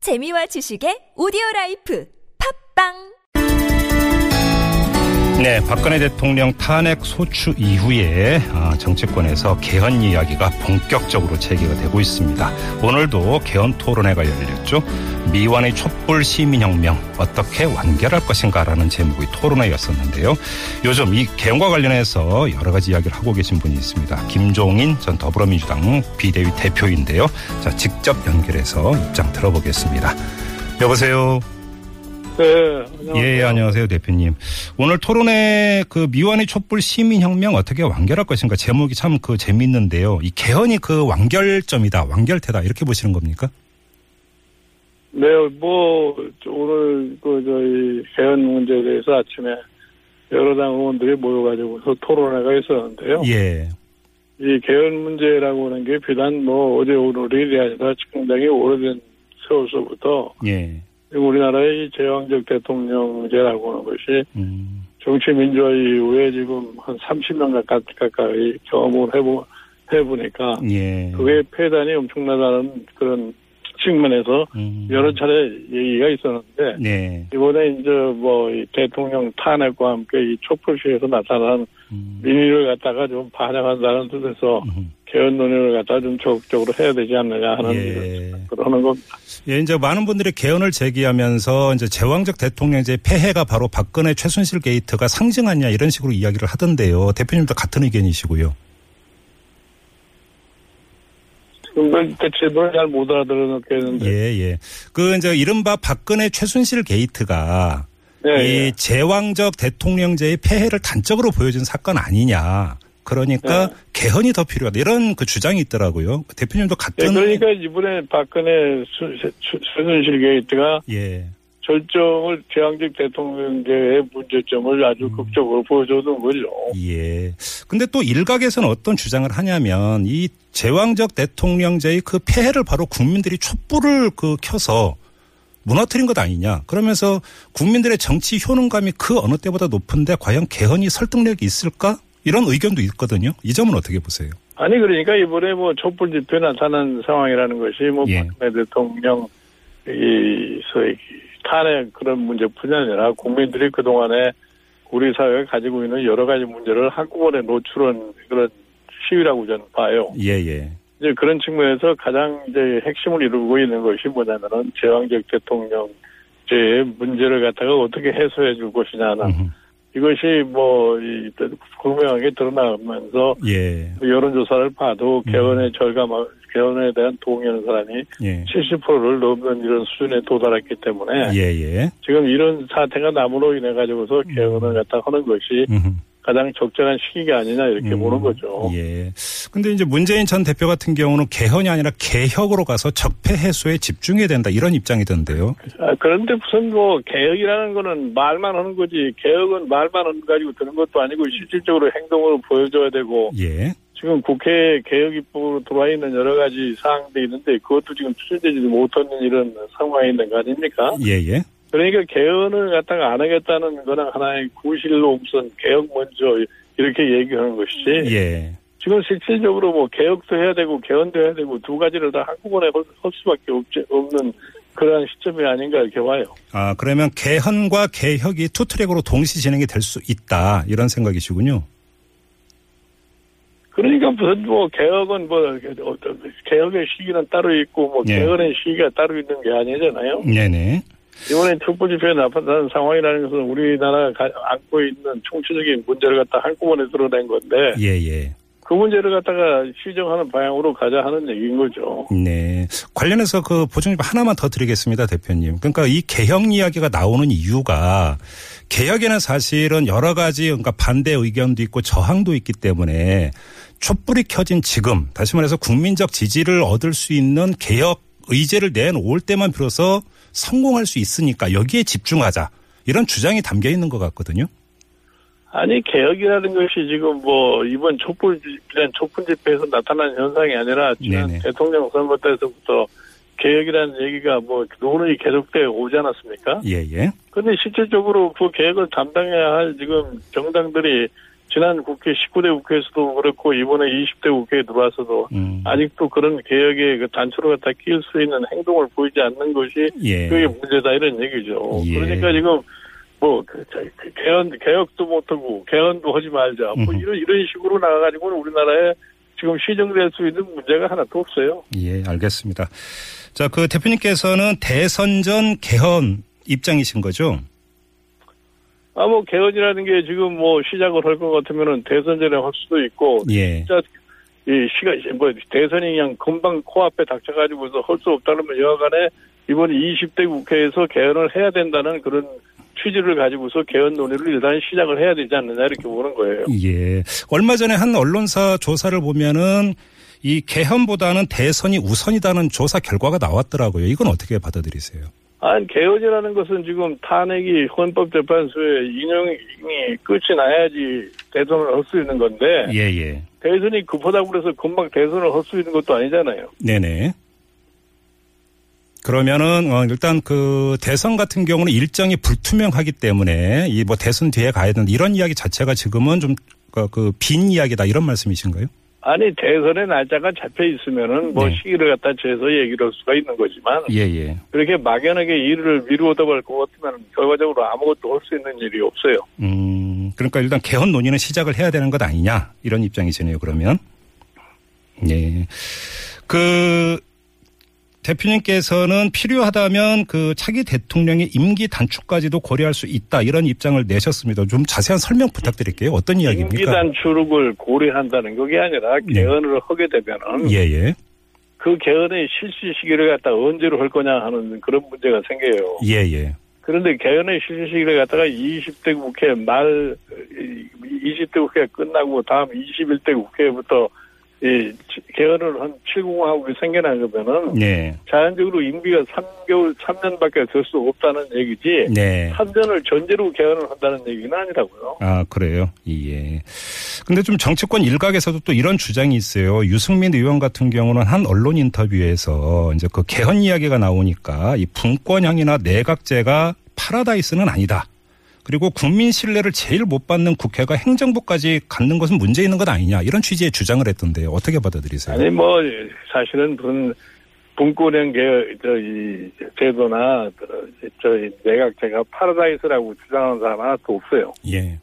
재미와 지식의 오디오 라이프 팝빵 네, 박근혜 대통령 탄핵 소추 이후에 아, 정치권에서 개헌 이야기가 본격적으로 재개가 되고 있습니다. 오늘도 개헌 토론회가 열렸죠. 미완의 촛불 시민혁명 어떻게 완결할 것인가라는 제목의 토론회였었는데요. 요즘 이 개헌과 관련해서 여러 가지 이야기를 하고 계신 분이 있습니다. 김종인 전 더불어민주당 비대위 대표인데요. 자, 직접 연결해서 입장 들어보겠습니다. 여보세요. 네, 예, 안녕하세요, 대표님. 오늘 토론회 그 미완의 촛불 시민혁명 어떻게 완결할 것인가 제목이 참 그 재밌는데요. 이 개헌이 그 완결점이다, 완결태다 이렇게 보시는 겁니까? 네, 뭐 오늘 그 저희 개헌 문제에 대해서 아침에 여러 당 의원들이 모여가지고 토론회가 있었는데요. 예, 이 개헌 문제라고 하는 게 비단 뭐 어제 오늘이 아니라 굉장히 오래된 세월서부터 예, 우리나라의 제왕적 대통령제라고 하는 것이 음, 정치 민주화 이후에 지금 한 30년 가까- 가까이 경험을 해보, 해보니까 예. 그게 폐단이 엄청나다는 그런 측면에서 음, 여러 차례 얘기가 있었는데 네, 이번에 이제 뭐이 대통령 탄핵과 함께 이 촛불시에서 나타난 음, 민의를 갖다가 좀 반영한다는 뜻에서 음, 개헌 논의를 갖다가 좀 적극적으로 해야 되지 않느냐 하는 예. 그러는 겁니다. 예, 이제 많은 분들이 개헌을 제기하면서 이제 제왕적 대통령제 폐해가 바로 박근혜 최순실 게이트가 상징하냐 이런 식으로 이야기를 하던데요. 대표님도 같은 의견이시고요. 근데 대체 그 뭘잘못 알아들었겠는데. 예, 예. 그 이제 이른바 박근혜 최순실 게이트가 예, 예. 이 제왕적 대통령제의 폐해를 단적으로 보여준 사건 아니냐. 그러니까 네. 개헌이 더 필요하다. 이런 그 주장이 있더라고요. 대표님도 예, 같은 그러니까 이번에 박근혜 수- 수- 수- 최순실 게이트가 예. 절정을 제왕적 대통령제의 문제점을 음. 아주 극적으로 뭐 보여줬던 거죠. 예. 근데 또 일각에서는 어떤 주장을 하냐면 이 제왕적 대통령제의 그 폐해를 바로 국민들이 촛불을 그 켜서 무너뜨린 것 아니냐. 그러면서 국민들의 정치 효능감이 그 어느 때보다 높은데 과연 개헌이 설득력이 있을까? 이런 의견도 있거든요. 이 점은 어떻게 보세요? 아니 그러니까 이번에 뭐 촛불 집회 나타난 상황이라는 것이 뭐 예. 박근혜 대통령 이 소위 탄핵 그런 문제뿐이 아니라 국민들이 그 동안에 우리 사회가 가지고 있는 여러 가지 문제를 한꺼번에 노출한 그런 시위라고 저는 봐요. 예, 예. 이제 그런 측면에서 가장 이제 핵심을 이루고 있는 것이 뭐냐면은 제왕적 대통령제의 문제를 갖다가 어떻게 해소해 줄 것이냐는 음흠. 이것이 뭐 이, 분명하게 드러나면서 예. 여론조사를 봐도 음. 개헌의 절감, 개헌에 대한 동의하는 사람이 예. 70%를 넘는 이런 수준에 도달했기 때문에 예, 예. 지금 이런 사태가 남으로 인해 가지고서 개헌을 갖다 하는 것이 음흠. 가장 적절한 시기가 아니냐 이렇게 음, 보는 거죠. 예. 근데 이제 문재인 전 대표 같은 경우는 개헌이 아니라 개혁으로 가서 적폐 해소에 집중해야 된다 이런 입장이던데요. 아, 그런데 무슨 뭐 개혁이라는 거는 말만 하는 거지 개혁은 말만 하는 거 가지고 드는 것도 아니고 실질적으로 행동으로 보여줘야 되고 예. 지금 국회에 개혁 입법으로 들어와 있는 여러 가지 사항들이 있는데 그것도 지금 추진되지 못하는 이런 상황이 있는 거 아닙니까? 예, 예. 그러니까 개헌을 갖다가 안 하겠다는 거랑 하나의 구실로 우선 개혁 먼저 이렇게 얘기하는 것이지 예. 지금 실질적으로 뭐 개혁도 해야 되고 개헌도 해야 되고 두 가지를 다 한꺼번에 할, 할 수밖에 없지, 없는 그러한 시점이 아닌가 이렇게 봐요. 아, 그러면 개헌과 개혁이 투 트랙으로 동시 진행이 될 수 있다 이런 생각이시군요. 그러니까 무슨 뭐 개혁은 뭐 어떤 개혁의 시기는 따로 있고 뭐 예. 음. 개헌의 시기가 따로 있는 게 아니잖아요. 네네. 이번에 촛불 집회에 나타난 상황이라는 것은 우리나라가 가- 안고 있는 총체적인 문제를 갖다 한꺼번에 드러낸 건데 예, 예. 그 문제를 갖다가 시정하는 방향으로 가자 하는 얘기인 거죠. 네. 관련해서 그 보증 하나만 더 드리겠습니다, 대표님. 그러니까 이 개혁 이야기가 나오는 이유가 개혁에는 사실은 여러 가지 그러니까 반대 의견도 있고 저항도 있기 때문에 촛불이 켜진 지금 다시 말해서 국민적 지지를 얻을 수 있는 개혁 의제를 내놓을 때만 비로소 성공할 수 있으니까 여기에 집중하자. 이런 주장이 담겨 있는 것 같거든요. 아니 개혁이라는 것이 지금 뭐 이번 촛불 집회란 촛불 집회에서 나타난 현상이 아니라 지난 네네. 대통령 선거 때서부터 개혁이라는 얘기가 뭐 논의이 계속돼 오지 않았습니까? 예, 예. 근데 실질적으로 그 계획을 담당해야 할 지금 정당들이 지난 국회 19대 국회에서도 그렇고 이번에 20대 국회에 들어와서도 음. 아직도 그런 개혁의 그 단추로 갖다 끼울 수 있는 행동을 보이지 않는 것이 예. 그게 문제다 이런 얘기죠. 예. 그러니까 지금 뭐 그, 저, 그 개헌 개혁도 못하고 개헌도 하지 말자 뭐 음흠. 이런 이런 식으로 나가가지고는 우리나라에 지금 시정될 수 있는 문제가 하나도 없어요. 예, 알겠습니다. 자, 그 대표님께서는 대선 전 개헌 입장이신 거죠? 아 뭐 개헌이라는 게 지금 뭐 시작을 할 것 같으면은 대선 전에 할 수도 있고 예. 진짜 이 시간 뭐 대선이 그냥 금방 코앞에 닥쳐가지고서 할 수 없다는 건 여하간에 이번 20대 국회에서 개헌을 해야 된다는 그런 취지를 가지고서 개헌 논의를 일단 시작을 해야 되지 않느냐 이렇게 보는 거예요. 예. 얼마 전에 한 언론사 조사를 보면은 이 개헌보다는 대선이 우선이다는 조사 결과가 나왔더라고요. 이건 어떻게 받아들이세요? 아 개헌이라는 것은 지금 탄핵이 헌법재판소의 인용이 끝이 나야지 대선을 할 수 있는 건데 예, 예. 대선이 급하다고 그래서 금방 대선을 할 수 있는 것도 아니잖아요. 네네. 그러면은 어, 일단 그 대선 같은 경우는 일정이 불투명하기 때문에 이 뭐 대선 뒤에 가야 된다 이런 이야기 자체가 지금은 좀그빈 이야기다 이런 말씀이신가요? 아니 대선의 날짜가 잡혀 있으면은 뭐 네. 시기를 갖다 재서 얘기를 할 수가 있는 거지만 예예. 그 렇게 막연하게 일을 미루어다 볼것 같으면 결과적으로 아무것도 할 수 있는 일이 없어요. 음 그러니까 일단 개헌 논의는 시작을 해야 되는 것 아니냐 이런 입장이시네요. 그러면 예. 그 대표님께서는 필요하다면 그 차기 대통령의 임기 단축까지도 고려할 수 있다 이런 입장을 내셨습니다. 좀 자세한 설명 부탁드릴게요. 어떤 이야기입니까? 임기단 추룩을 고려한다는 그게 아니라 네. 개헌을 하게 되면은 예예. 그 개헌의 실시 시기를 갖다 언제로 할 거냐 하는 그런 문제가 생겨요. 예예. 그런데 개헌의 실시 시기를 갖다가 20대 국회 말 20대 국회 끝나고 다음 21대 국회부터 이 개헌을 한 7공화국이 생겨나면은 네. 자연적으로 임기가 3개월, 3년밖에 될 수 없다는 얘기지, 네. 3년을 전제로 개헌을 한다는 얘기는 아니라고요. 아, 그래요? 예. 근데 좀 정치권 일각에서도 또 이런 주장이 있어요. 유승민 의원 같은 경우는 한 언론 인터뷰에서 이제 그 개헌 이야기가 나오니까 이 분권형이나 내각제가 파라다이스는 아니다. 그리고 국민 신뢰를 제일 못 받는 국회가 행정부까지 갖는 것은 문제 있는 것 아니냐. 이런 취지의 주장을 했던데요. 어떻게 받아들이세요? 아니, 뭐, 사실은 무슨 분권형 개, 저, 이, 제도나, 저, 저, 이 내각제가 파라다이스라고 주장하는 사람 하나도 없어요. 예.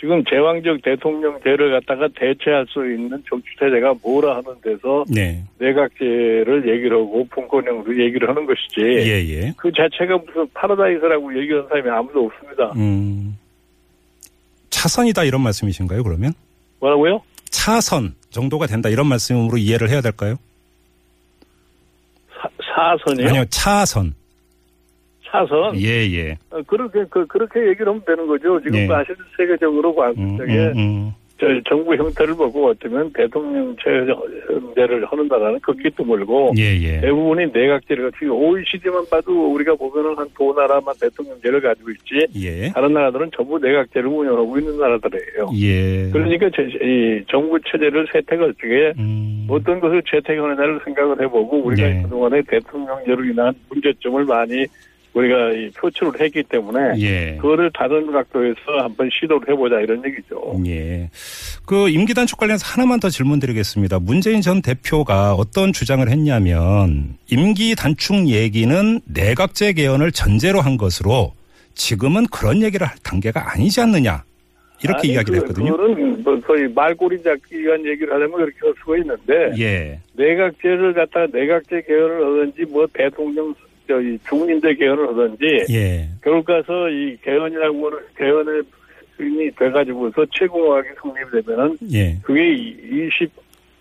지금 제왕적 대통령제를 갖다가 대체할 수 있는 정치체제가 뭐라 하는 데서 네. 내각제를 얘기를 하고 분권형으로 얘기를 하는 예, 것이지, 예. 그 자체가 무슨 파라다이스라고 얘기하는 사람이 아무도 없습니다. 음. 차선이다 이런 말씀이신가요, 그러면? 뭐라고요? 차선 정도가 된다 이런 말씀으로 이해를 해야 될까요? 사, 사선이요? 아니요 차선 사선? 예예 예. 어, 그렇게 그, 그렇게 얘기를 하면 되는 거죠. 지금 예. 사실 세계적으로 음, 관저기 음, 음. 저 정부 형태를 보고 어쩌면 대통령 체제를 하는 나라는 극히 드물고 예, 예. 대부분이 내각제를 가지고 OECD만 봐도 우리가 보면은 한 두 나라만 대통령제를 가지고 있지 예. 다른 나라들은 전부 내각제를 운영하고 있는 나라들이에요. 예. 그러니까 제, 이 정부 체제를 세택할 적에 음. 어떤 것을 채택하느냐를 생각을 해보고 우리가 네. 그동안에 대통령제로 인한 문제점을 많이 우리가 이 표출을 했기 때문에 예. 그거를 다른 각도에서 한번 시도를 해보자 이런 얘기죠. 예. 그 임기 단축 관련해서 하나만 더 질문드리겠습니다. 문재인 전 대표가 어떤 주장을 했냐면 임기 단축 얘기는 내각제 개헌을 전제로 한 것으로 지금은 그런 얘기를 할 단계가 아니지 않느냐 이렇게 아니, 이야기를 그- 했거든요. 그거는 뭐 거의 말꼬리 잡기 위한 얘기를 하려면 그렇게 할 수가 있는데 예. 내각제를 갖다가 내각제 개헌을 하든지 뭐 대통령 저이 중임제 개헌을 하든지 예. 결국 가서 이 개헌이라고 하는 개헌의 이 돼가지고서 최고하게 성립되면은 예. 그게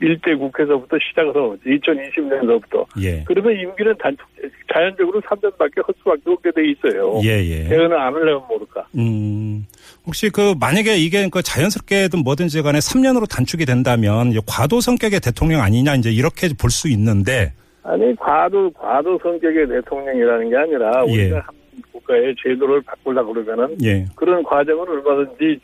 21대 국회에서부터 시작을 하고 2020년서부터 예. 그러면 임기는 단축 자연적으로 3년밖에 할 수밖에 없게 돼 있어요. 예. 예. 개헌을 안 하려면 모를까. 음, 혹시 그 만약에 이게 그 자연스럽게든 뭐든지 간에 3년으로 단축이 된다면 이제 과도 성격의 대통령 아니냐 이제 이렇게 볼 수 있는데 아니 과도 과도 성격의 대통령이라는 게 아니라 예. 우리가 한 국가의 제도를 바꾸려 그러면은 예. 그런 과정을 얼마든지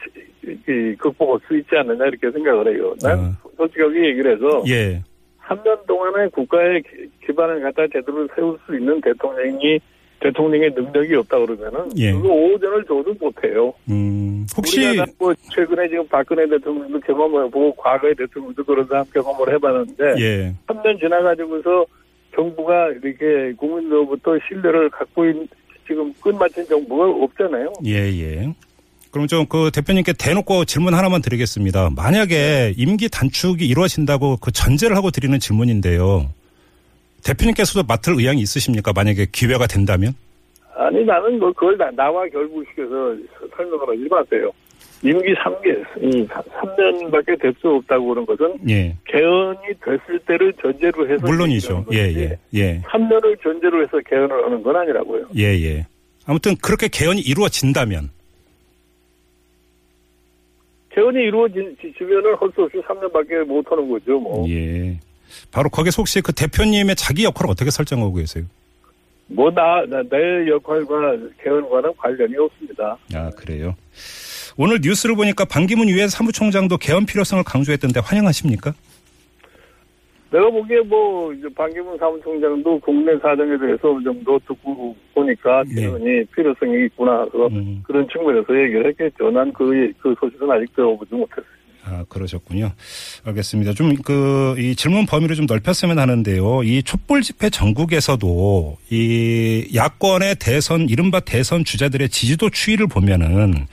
이- 이- 극복할 수 있지 않느냐 이렇게 생각을 해요. 난 아. 솔직하게 얘기를 해서 예. 3년 동안에 국가의 기- 기반을 갖다 제대로 세울 수 있는 대통령이 대통령의 능력이 없다 그러면은 예. 그거 오전을 줘도 못해요. 음. 혹시 우리가 뭐 최근에 지금 박근혜 대통령도 경험을 보고 과거의 대통령도 그런 사람 경험을 해봤는데 예. 3년 지나가지고서 정부가 이렇게 국민으로부터 신뢰를 갖고 있는 지금 끝마친 정부가 없잖아요. 예, 예. 그럼 좀 그 대표님께 대놓고 질문 하나만 드리겠습니다. 만약에 임기 단축이 이루어진다고 그 전제를 하고 드리는 질문인데요. 대표님께서도 맡을 의향이 있으십니까? 만약에 기회가 된다면? 아니 나는 뭐 그걸 나, 나와 결부시켜서 설명을 하지 마세요. 임기 3개, 3년밖에 될 수 없다고 그런 것은 예. 개헌이 됐을 때를 전제로 해서 물론이죠. 예, 예, 예. 3년을 전제로 해서 개헌을 하는 건 아니라고요. 예, 예. 아무튼 그렇게 개헌이 이루어진다면 개헌이 이루어지면은 헐수 없이 3년밖에 못 하는 거죠. 뭐 예. 바로 거기서 혹시 그 대표님의 자기 역할을 어떻게 설정하고 계세요? 뭐 나, 나, 내 역할과 개헌과는 관련이 없습니다. 아, 그래요. 오늘 뉴스를 보니까 반기문 유엔 사무총장도 개헌 필요성을 강조했던데 환영하십니까? 내가 보기에 뭐, 이제 반기문 사무총장도 국내 사정에 대해서 어느 정도 듣고 보니까 네. 개헌이 필요성이 있구나. 그래서 음. 그런 측면에서 얘기를 했겠죠. 난 그, 그 소식은 아직 들어보지 못했어요. 아, 그러셨군요. 알겠습니다. 좀 그 이 질문 범위를 좀 넓혔으면 하는데요. 이 촛불 집회 전국에서도 이 야권의 대선 이른바 대선 주자들의 지지도 추이를 보면은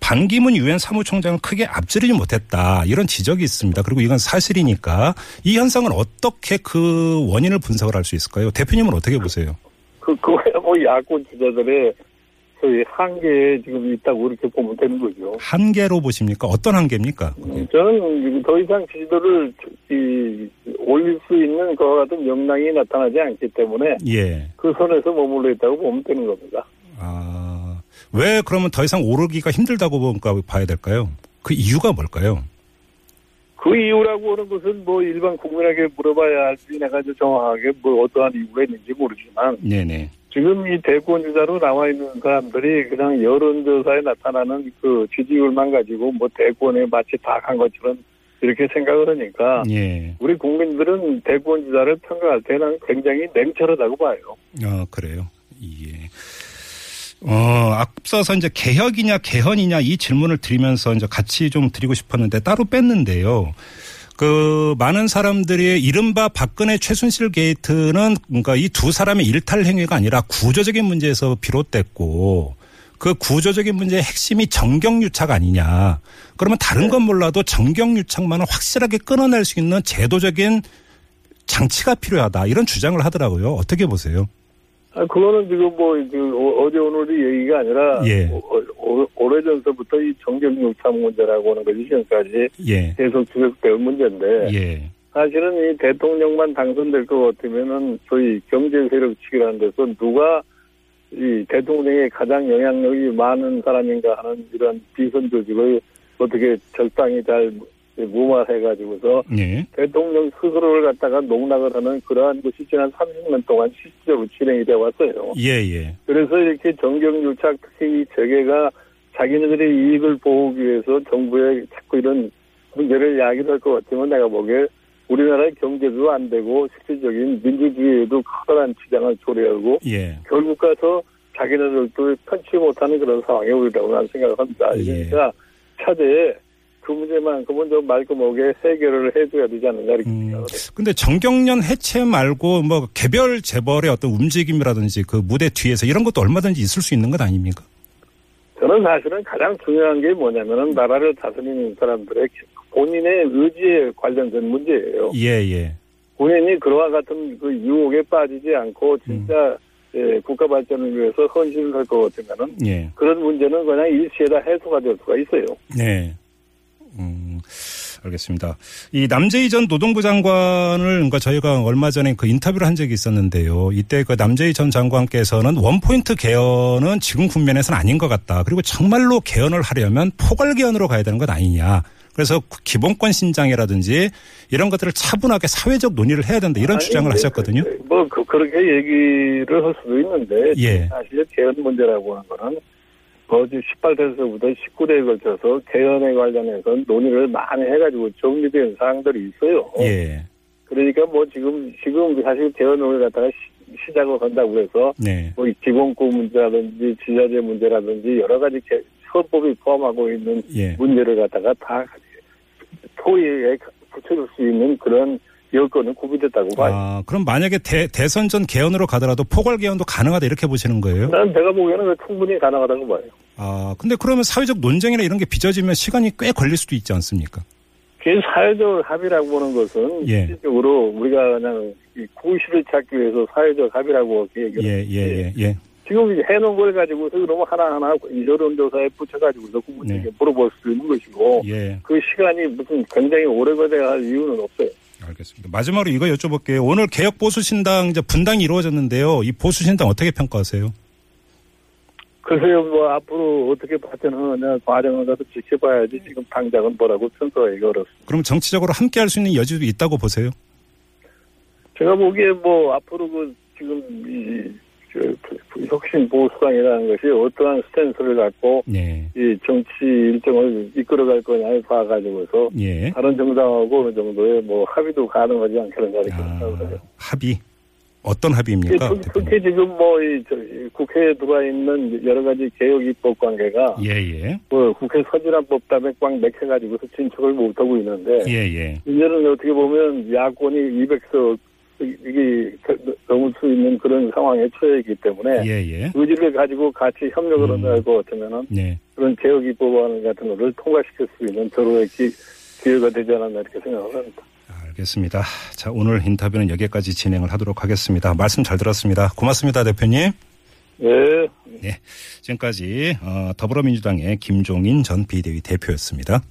반기문 유엔 사무총장을 크게 앞지르지 못했다. 이런 지적이 있습니다. 그리고 이건 사실이니까 이 현상은 어떻게 그 원인을 분석을 할 수 있을까요? 대표님은 어떻게 보세요? 그, 그거야 뭐 야권 주자들의 소위 한계에 지금 있다고 이렇게 보면 되는 거죠. 한계로 보십니까? 어떤 한계입니까? 음, 저는 더 이상 지지도를 이, 올릴 수 있는 그와 같은 역량이 나타나지 않기 때문에 예. 그 선에서 머물러 있다고 보면 되는 겁니다. 아, 왜 그러면 더 이상 오르기가 힘들다고 보니까 봐야 될까요? 그 이유가 뭘까요? 그 이유라고 하는 것은 뭐 일반 국민에게 물어봐야 알지 내가 이제 정확하게 뭐 어떠한 이유가 있는지 모르지만 네네. 지금 이 대권주자로 나와 있는 사람들이 그냥 여론조사에 나타나는 그 지지율만 가지고 뭐 대권에 마치 다 간 것처럼 이렇게 생각을 하니까 예. 우리 국민들은 대권주자를 평가할 때는 굉장히 냉철하다고 봐요. 아, 그래요. 예. 어, 앞서서 이제 개혁이냐 개헌이냐 이 질문을 드리면서 이제 같이 좀 드리고 싶었는데 따로 뺐는데요. 그 많은 사람들이 이른바 박근혜 최순실 게이트는 그러니까 이 두 사람의 일탈 행위가 아니라 구조적인 문제에서 비롯됐고 그 구조적인 문제의 핵심이 정경유착 아니냐. 그러면 다른 건 몰라도 정경유착만은 확실하게 끊어낼 수 있는 제도적인 장치가 필요하다. 이런 주장을 하더라고요. 어떻게 보세요? 아, 그거는 지금 뭐, 그 어- 어제 오늘의 얘기가 아니라, 예. 오- 오- 오래전서부터 이 정경유착 문제라고 하는 것이 지금까지 예. 계속 지속될 문제인데, 예. 사실은 이 대통령만 당선될 것 같으면은 소위 경제 세력 측이라는 데서 누가 이 대통령의 가장 영향력이 많은 사람인가 하는 이런 비선 조직을 어떻게 적당히 잘 무마해가지고서 예. 대통령 스스로를 갖다가 농락을 하는 그러한 것이 지난 30년 동안 실질적으로 진행이 되어 왔어요. 예, 예. 그래서 이렇게 정경유착 특히 이 재계가 자기네들의 이익을 보호하기 위해서 정부에 자꾸 이런 문제를 야기할 것 같으면 내가 보기에 우리나라의 경제도 안 되고 실질적인 민주주의에도 커다란 지장을 초래하고 예. 결국 가서 자기네들도 편치 못하는 그런 상황에 오리라고 나는 생각을 합니다. 예. 그러니까 차제에 그 문제만큼은 좀 말끔하게 해결을 해줘야 되지 않느냐 이렇게 음. 생각을 해요. 근데 정경련 해체 말고 뭐 개별 재벌의 어떤 움직임이라든지 그 무대 뒤에서 이런 것도 얼마든지 있을 수 있는 것 아닙니까? 저는 사실은 가장 중요한 게 뭐냐면은 나라를 다스리는 사람들의 본인의 의지에 관련된 문제예요. 예, 예. 본인이 그러한 같은 그 유혹에 빠지지 않고 진짜 예, 국가 발전을 위해서 헌신을 할 것 같으면은 예. 그런 문제는 그냥 일시에다 해소가 될 수가 있어요. 네. 음, 알겠습니다. 이 남재희 전 노동부 장관을 그러니까 저희가 얼마 전에 그 인터뷰를 한 적이 있었는데요. 이때 그 남재희 전 장관께서는 원포인트 개헌은 지금 국면에서는 아닌 것 같다. 그리고 정말로 개헌을 하려면 포괄 개헌으로 가야 되는 것 아니냐. 그래서 그 기본권 신장이라든지 이런 것들을 차분하게 사회적 논의를 해야 된다. 이런 아니, 주장을 네, 네. 하셨거든요. 그, 뭐 그, 그렇게 얘기를 할 수도 있는데 예. 사실 개헌 문제라고 하는 거는 거지 18대에서부터 19대에 걸쳐서 개헌에 관련해서 논의를 많이 해가지고 정리된 사항들이 있어요. 예. 그러니까 뭐 지금 지금 사실 개헌을 갖다가 시, 작을 한다고 해서 네. 뭐 기본권 문제라든지 지자재 문제라든지 여러 가지 개- 헌법이 포함하고 있는 예. 문제를 갖다가 다 토의에 붙여줄 수 있는 그런 여건은 구비됐다고 봐요. 아, 그럼 만약에 대, 대선 전 개헌으로 가더라도 포괄 개헌도 가능하다 이렇게 보시는 거예요? 난 제가 보기에는 그 충분히 가능하다고 봐요. 아, 근데 그러면 사회적 논쟁이나 이런 게 빚어지면 시간이 꽤 걸릴 수도 있지 않습니까? 그 사회적 합의라고 보는 것은 예. 실질적으로 우리가 그냥 이 구실을 찾기 위해서 사회적 합의라고 이렇게 얘기를 예, 예, 예, 예. 지금 이제 해놓은 걸 가지고서 그러면 하나하나 이 여론조사에 붙여가지고서 국민에게 네. 물어볼 수 있는 것이고 예, 그 시간이 무슨 굉장히 오래 걸려야 할 이유는 없어요. 알겠습니다. 마지막으로 이거 여쭤볼게요. 오늘 개혁보수신당 이제 분당이 이루어졌는데요. 이 보수신당 어떻게 평가하세요? 네. 글쎄요, 뭐 앞으로 어떻게 발전하느냐 과정을 가서 지켜봐야지 네. 지금 당장은 뭐라고 평가하기가 어렵습니다. 그럼 정치적으로 함께 할 수 있는 여지도 있다고 보세요? 제가 보기에 뭐 앞으로 그 지금 이, 그, 그 혁신 보수당이라는 것이 어떠한 스탠스를 갖고 예, 이 정치 일정을 이끌어갈 거냐에 봐가지고서 예. 다른 정당하고 어느 정도의 뭐 합의도 가능하지 않겠는가 이렇게 생각을 아, 해요. 합의. 어떤 예, 합의입니까? 특- 대표님? 특히 지금 뭐, 이, 저, 이 국회에 들어와 있는 여러 가지 개혁 입법 관계가, 예, 예. 뭐, 국회 서진화법 때문에 꽉 맥혀가지고서 진척을 못하고 있는데, 예, 예. 이제는 어떻게 보면 야권이 200석, 이게 넘을 수 있는 그런 상황에 처해 있기 때문에, 예, 예. 의지를 가지고 같이 협력을 음. 한다고 어쩌면은, 예. 그런 개혁 입법안 같은 거를 통과시킬 수 있는 절호의 기, 기회가 되지 않았나 이렇게 생각을 합니다. 알겠습니다. 자, 오늘 인터뷰는 여기까지 진행을 하도록 하겠습니다. 말씀 잘 들었습니다. 고맙습니다, 대표님. 예. 지금까지 어, 더불어민주당의 김종인 전 비대위 대표였습니다.